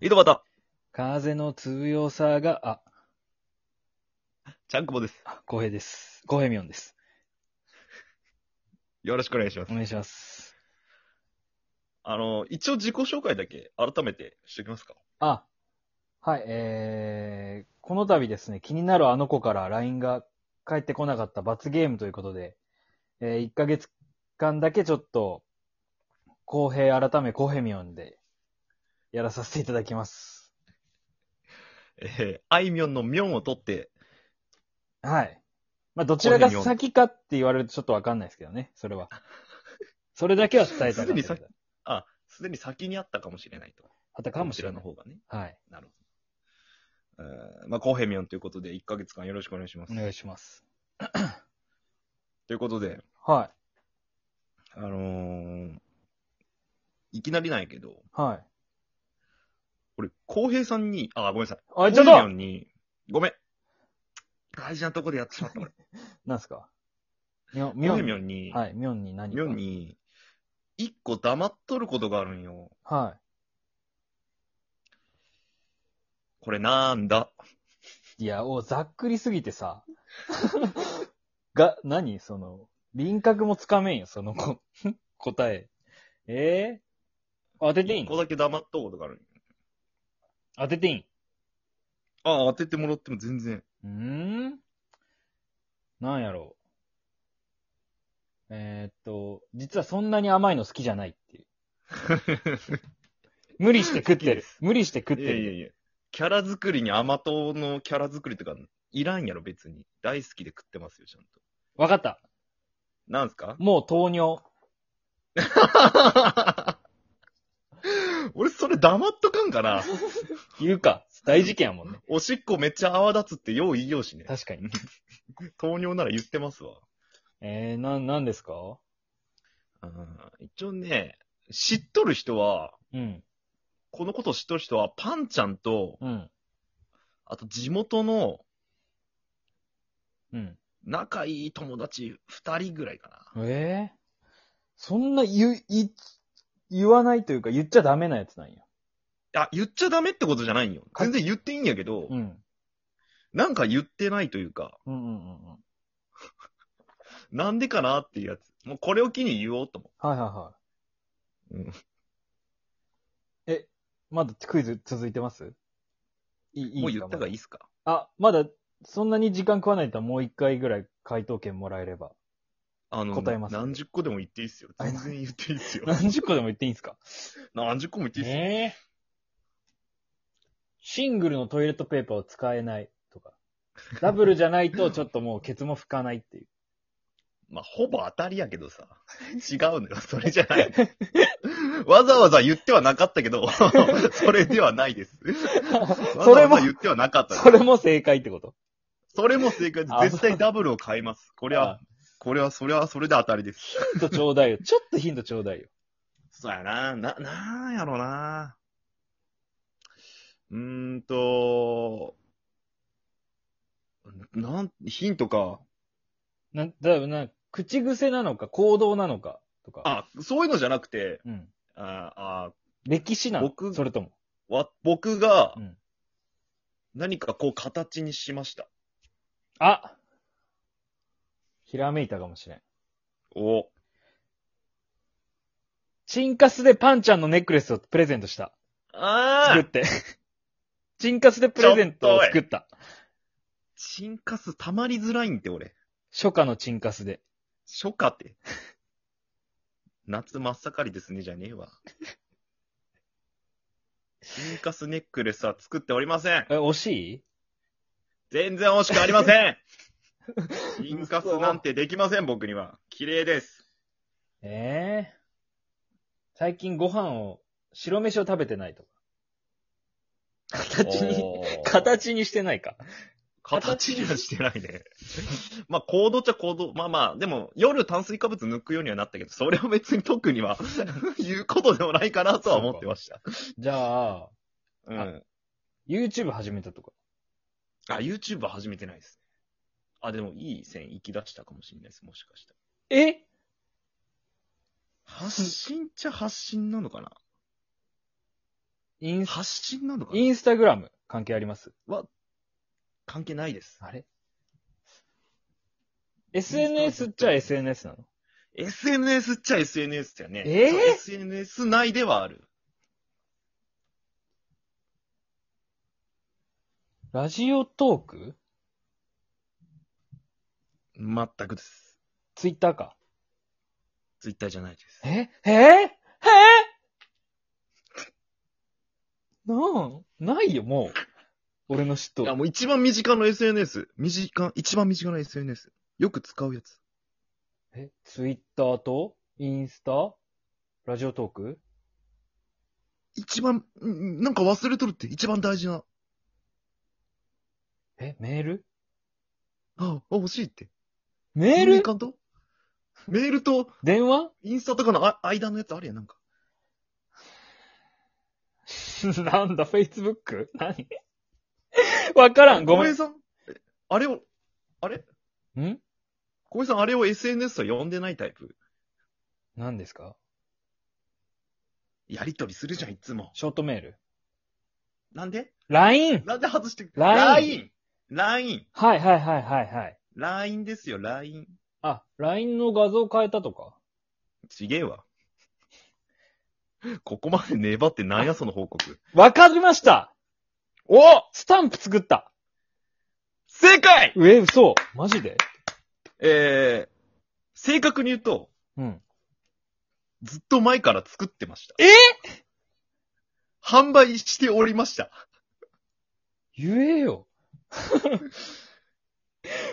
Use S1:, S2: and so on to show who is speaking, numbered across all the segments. S1: 井戸端、
S2: 風の強さが、あ、
S1: ちゃんくぼです。
S2: あ浩平です。浩平みょんです。
S1: よろしくお願いします
S2: お。願いします。
S1: あの、一応自己紹介だけ改めてしておきますか。
S2: あ、はい、えー、この度ですね、気になるあの子から LINE が返ってこなかった罰ゲームということで、えー、1ヶ月間だけちょっと、浩平改め浩平みょんで、やらさせていただきます。
S1: えー、あいみょんのみょんを取って、
S2: はい。まあ、どちらが
S1: 浩平明
S2: 先かって言われるとちょっとわかんないですけどね、そ れは。それだけは伝えたかった
S1: すでに
S2: です
S1: 先あ、すでに先にあったかもしれないと。
S2: あったかもしれ
S1: こ
S2: な
S1: ち
S2: い。
S1: らの方がね。
S2: はい。
S1: なるほど。えー、まあ、コーヘミョンということで、1ヶ月間よろしくお願いします。
S2: お願いします。
S1: ということで、
S2: はい。
S1: あのー、いきなりなんやけど、
S2: はい。
S1: 俺、浩平さんに、あ、ごめんなさい。
S2: あ、
S1: コ
S2: ちょ
S1: ウ
S2: っ
S1: ヘミョ
S2: と
S1: ンに、ごめん。大事なとこでやってしまった、俺。
S2: なんすかみょ、み
S1: コ
S2: ょ
S1: ウヘミョ
S2: ん。
S1: ンに、
S2: はい、みょんに何
S1: み
S2: か
S1: ょん。に、一個黙っとることがあるんよ。
S2: は
S1: これなんだ。
S2: い。いや、お、ざっくりすぎてさ。 が、何その、輪郭もつかめんよ、そのこ 答え。えー、当てていい
S1: 一個
S2: の
S1: だけ黙っとることがあるんよ。
S2: 当てていいん
S1: ああ、当ててもらっても全然。
S2: うーんなんやろう。えーっと、実はそんなに甘いの好きじゃないっていう。無理して食 って
S1: 好きで
S2: る
S1: す。
S2: 無理して食っ
S1: い
S2: て
S1: や
S2: る。
S1: いやいや。キャラ作りに甘党のキャラ作りとか、いらんやろ、別に。大好きで食ってますよ、ちゃんと。
S2: わかった。
S1: なんす か
S2: もう糖尿。
S1: 俺、それ黙っとかんかな。
S2: 言うか。大事件やもんね。
S1: おしっこめっちゃ泡立つってよう言いようしね。
S2: 確かに。
S1: 糖尿なら言ってますわ。
S2: えー、な、なんですか
S1: あー一応ね、知っとる人は、
S2: うん。
S1: このこと知っとる人は、パンちゃんと、
S2: うん。
S1: あと地元の
S2: うん。
S1: 仲いい友達二人ぐらいかな。
S2: ええそんな言う、言い、言わないというか言っちゃダメなやつなんや。
S1: あ、言っちゃダメってことじゃないんよ。全然言っていいんやけど、
S2: うん。
S1: なんか言ってないというか、
S2: うんうんうんうん。
S1: なんでかなっていうやつ。もうこれを機に言おうと思
S2: はいはいは
S1: う。うん
S2: い。まだクイズ続いてますいい、いい
S1: もう言った方がいい
S2: い
S1: っすか
S2: あ、まだ、そんなに時間食わないともう一回ぐらい回答権もらえれば。
S1: あの、
S2: 答えます
S1: 何十個でも言っていいっすよ。
S2: あ
S1: 全然言っていいっすよ。
S2: 何十個でも言っていいんすか
S1: 何十個も言っていいっすよ。
S2: えシングルのトイレットペーパーを使えない とか。ダブルじゃないとちょっともうケツも拭かな いっていう。
S1: まあ、ほぼ当たりやけどさ。違う のよ。それじゃない。わざわざ言ってはなかったけど、 それではないです。わざ
S2: それ
S1: わ
S2: も
S1: ざ言ってはなかったです
S2: それも正解ってこと
S1: それも正解です。
S2: あ
S1: 絶対ダブルを買います。これは、これは、それは、それで当たりです。
S2: ヒントちょうだいよ。ちょっとヒントちょうだいよ。
S1: そうやな。な、なんやろな。うーんと、なん、ヒントか。
S2: なん、だよな、口癖なのか、行動なのか、とか。
S1: あ、そういうのじゃなくて、
S2: うん。
S1: ああ
S2: 歴史なの
S1: 僕
S2: それとも。
S1: わ僕が
S2: うん、
S1: 何かこう形にしました。
S2: あひらめいたかもしれん。
S1: お。
S2: チンカスでパンちゃんのネックレスをプレゼントした。
S1: あ
S2: 作っ
S1: あ
S2: て。チンカスでプレゼントを作った。
S1: チンカス溜まりづらいんって俺。
S2: 初夏のチンカスで。
S1: 初夏って。夏真っ盛りですね、じゃねえわ。チンカスネックレスは作っておりません。
S2: え、惜し
S1: 全然惜しくありませ ん。チンカスなんてできません、僕には。綺麗です。
S2: いええ最近ご飯を、白飯を食べてないとか。形に、
S1: おー
S2: 形にしてないか。
S1: 形にはしてないね。まあ、行動っちゃ行動。まあまあ、でも、夜炭水化物抜くようにはなったけど、それは別に特には、 言うことでもないかなとは思ってました。
S2: じゃあ、
S1: う
S2: うか
S1: ん。
S2: YouTube 始めたとか。
S1: あ、YouTube は始めてないですね。あ、でもいい線行き出したかもしれないです、もしかしたら。
S2: え
S1: 発信っちゃ発信なのかな
S2: インス、
S1: 発信なのかな
S2: インスタグラム関係あります
S1: 関係ないです。
S2: あれ ?SNS っちゃ SNS なの
S1: SNS っちゃ SNS だよね。
S2: えー
S1: そう ?SNS 内ではある。
S2: ラジオトーク
S1: 全くです。
S2: ツイッターか。
S1: ツイッターじゃないです。
S2: えええなんないよ、もう。俺の嫉
S1: いや、
S2: 妬。
S1: もう一番身近の SNS。身近、一番身近な SNS。よく使うやつ。
S2: え、ツイッターとインスタラジオトーク
S1: 一番、んなんか忘れとるって一番大事な。
S2: え、メール
S1: あ、あ欲しいって。
S2: メール
S1: 感とメールと
S2: 電話
S1: インスタとかのあ間のやつあるやん、なんか。
S2: なんだ、Facebook? 何わからん、ご
S1: 小
S2: めん
S1: 江。さん、えあれを、あれ
S2: ん
S1: 小江さん、あれを SNS と呼んでないタイプ。
S2: 何ですか
S1: やりとりするじゃん、いつも。
S2: ショートメール。
S1: なんで
S2: LINE!
S1: なんで外して
S2: LINE
S1: LINE!LINE!
S2: はいはいはいはいはい。
S1: LINE ですよ、LINE。
S2: あ、LINE の画像変えたとか
S1: ちげえわ。 ここまで粘ってなんや、その報告。
S2: わかりました
S1: お
S2: スタンプ作った
S1: 正解
S2: え、嘘マジで
S1: えー、正確に言うと、
S2: うん。
S1: ずっと前から作ってました。
S2: え
S1: 販売しておりました。
S2: 言えよ。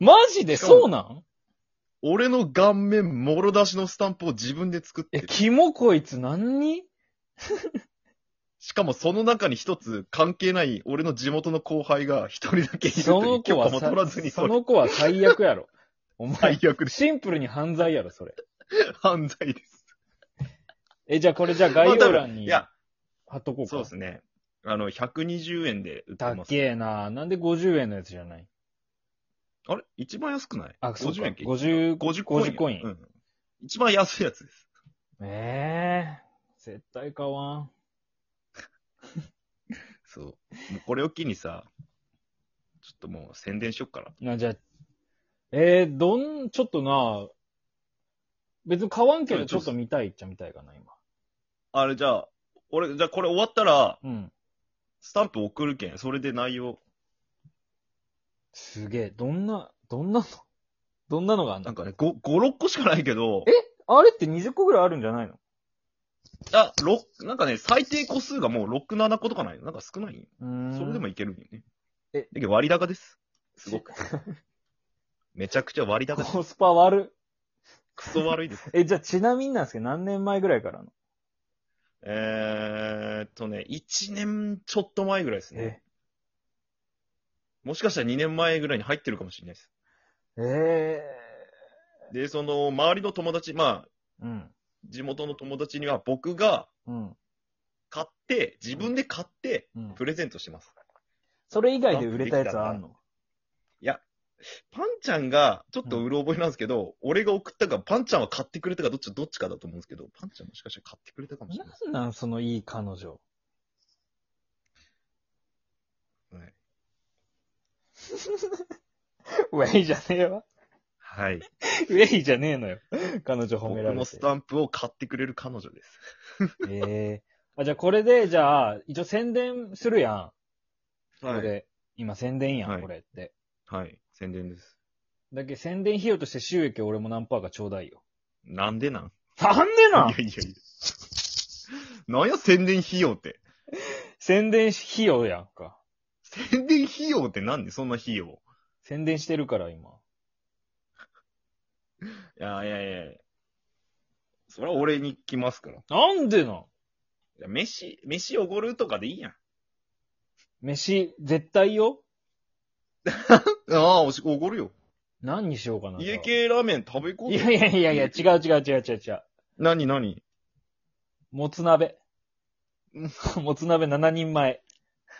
S2: マジで
S1: しかも
S2: そうなん
S1: 俺の顔面もろ出しのスタンプを自分で作って
S2: え、
S1: る。
S2: キモこいつ何に
S1: しかもその中に一つ関係ない俺の地元の後輩が一人だけいる
S2: そ
S1: とい
S2: の
S1: う
S2: 子
S1: 許可
S2: は
S1: も
S2: さ
S1: 取らずにそ
S2: そ
S1: れ
S2: の子は最悪やろ。お前
S1: 最、悪です。
S2: シンプルに犯罪やろ、それ。
S1: 犯罪です。
S2: え、じゃあこれじゃあ概要欄
S1: い
S2: に貼
S1: や、
S2: っとこうか。
S1: そうですね。あの、120円で売って
S2: だ
S1: ま
S2: っ
S1: す。
S2: けえななんで50円のやつじゃない
S1: あれ一番安くない
S2: あ、そうか。
S1: 円っけ
S2: 50、
S1: 50
S2: 50
S1: コインや。
S2: コイン。
S1: うん。一番安いやつです。
S2: ええ絶対買わん。
S1: そう。 もうこれを機にさ、ちょっともう宣伝しよっから。
S2: な、じゃあ、えー、どん、ちょっとな、別に買わんけ
S1: う
S2: ど、
S1: ん
S2: ちょっと見たいっちゃ見たいかな、今。
S1: あれじゃあ、俺、じゃあこれ終わったら、
S2: うん。
S1: スタンプ送るけん。それで内容、
S2: すげえ、どんな、どんなの、 どんなのがあん
S1: な
S2: の
S1: んかね、5、5、6個しかないけど、
S2: あれって20個ぐらいあるんじゃないの
S1: あ、6、なんかね、最低個数がもう6、7個とかないなんか少ないんよ
S2: うーん。
S1: それでもいけるんよね。
S2: え
S1: だけど割高です。すごく。めちゃくちゃ割高です。
S2: コスパ悪
S1: クソ悪いです。
S2: い。え、じゃあちなみになんですけど、何年前ぐらいからの
S1: えーっとね、1年ちょっと前ぐらいですね。
S2: え、
S1: もしかしたら2年前ぐらいに入ってるかもしれないです。
S2: え
S1: で、その、周りの友達、まあ、
S2: ー、うん、
S1: 地元の友達には僕が
S2: うん、
S1: 買って、自分で買って、
S2: うん。
S1: プレゼントしてます。
S2: それ以外で売れたやつはあんの
S1: パンちゃんが、ちょっとうろ覚えなんですけど、俺が送ったか、パンちゃんは買ってくれたか、どっち、どっちかだと思うんですけど、パンちゃんもしかしたら買ってくれたかもしれないです。
S2: なんなん、そのいい彼女。
S1: はい。
S2: ウェイじゃねえわ。
S1: はい。
S2: ウェイじゃねえのよ。彼女褒
S1: 僕
S2: められ
S1: の
S2: て
S1: ス。タンプを買ってくれる彼女です。
S2: ええあ、じゃあこれで、じゃあ、一応宣伝するやん。こ
S1: は
S2: れ
S1: い。
S2: で。今宣伝やん、
S1: はい
S2: これって。
S1: はい。宣伝です。
S2: だけど宣伝費用として収益を俺も何パーかちょうだいよ。
S1: なんでなん
S2: なんで
S1: いやいやいや。なんや宣伝費用って。
S2: 宣伝費用やんか。
S1: 宣伝費用ってなんでそんな費用。
S2: 宣伝してるから今。
S1: いやいやいやそれは俺に来ますから。い
S2: なんでなん
S1: や飯、飯おごるとかでいいやん。
S2: 飯、絶対よ
S1: ああ、おしおごるよ。
S2: 何にしようかな。じゃあ
S1: 家系ラーメン食べ行こう
S2: い
S1: ぜ。
S2: やいやいやいや、違う違う違う違う違う。
S1: 何何
S2: もつ鍋。もつ鍋7人前。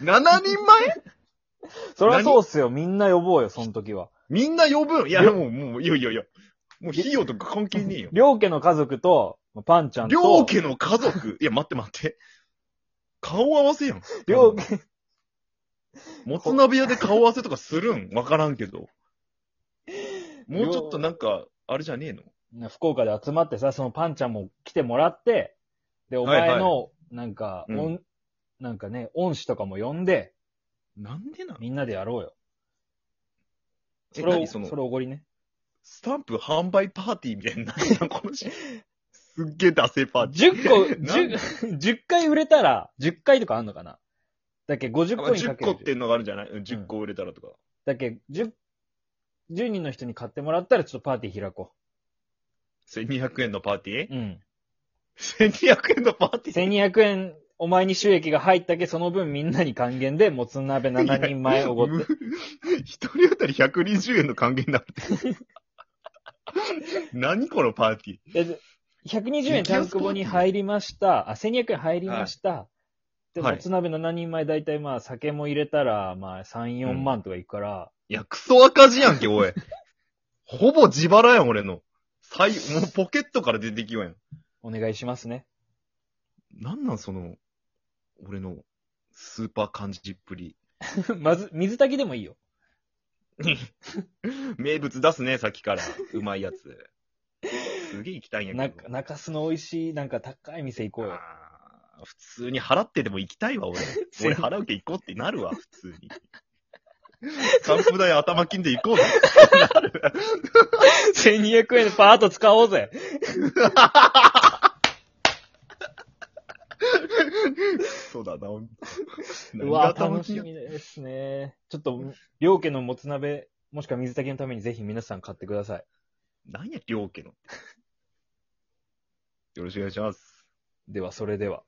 S1: ?7 人 前
S2: そりゃそうっすよ。みんな呼ぼうよ、その時は。
S1: みんな呼ぶいや、
S2: いや
S1: もう、もう、いやいやいや。もう費用とか関係ねえよ。
S2: 両家の家族と、パンちゃんと、
S1: 両家の家族。いや、待って待って。顔合わせやん。
S2: 料金、
S1: もつ鍋屋で顔合わせとかするんわからんけど。もうちょっとなんか、あれじゃねえの
S2: ね福岡で集まってさ、そのパンちゃんも来てもらって、で、お
S1: はい
S2: 前
S1: はい
S2: の、なんか、
S1: うん
S2: 恩なんかね、恩師とかも呼んで、
S1: なんでなの
S2: みんなでやろうよ。
S1: え、
S2: それを、
S1: 何そ
S2: そ
S1: の
S2: れ、おごりね。
S1: スタンプ販売パーティーみたいになってたのこの人すっげえダセー パーティー。
S2: 10個、
S1: なんで
S2: 10 10回売れたら、10回とかあんのかなだっけ50個にか
S1: 10
S2: け
S1: 個
S2: る。
S1: っていうのがあるんじゃないうん ?10 個売れたらとか。
S2: だっけ10、10人の人に買ってもらったら、ちょっとパーティー開こ
S1: 1200円のパーティー
S2: う。うん。
S1: ?1200 円のパーティー
S2: 1200円、お前に収益が入ったけ、その分みんなに還元で、もつ鍋7人前おごって。
S1: 一人当たり120円の還元になるって。 何このパーティー。
S2: で120円タンクボに入りました。あ、1200円入りました。で、
S1: はい
S2: もつ鍋7人前だいたいまあ、酒も入れたら、まあ、3、4
S1: うん
S2: 万とかいくから、
S1: いや、クソ赤字やんけ、おい。ほぼ自腹やん、俺の。最、もうポケットから出てきようやん。
S2: お願いしますね。
S1: なんなん、その、俺の、スーパー感じっぷり。
S2: まず、水炊きでもいいよ。
S1: 名物出すね、さっきから。うまいやつ。すげえ行きたいんや
S2: な
S1: けど。
S2: 中洲の美味しい、なんか高い店行こうよ。
S1: あー普通に払ってでも行きたいわ、 俺。俺払うけ行こうってなるわ、普通に。カンプ代頭金で行こ うぜ。
S2: 1200円パーッと使おうぜ。
S1: そうだな、ほんと
S2: う
S1: 何
S2: わ、
S1: が
S2: 楽しみですね。ちょっと、両家のもつ鍋、もしくは水炊きのためにぜひ皆さん買ってください。
S1: 何や、両家の。よろしくお願いします。
S2: では、それでは。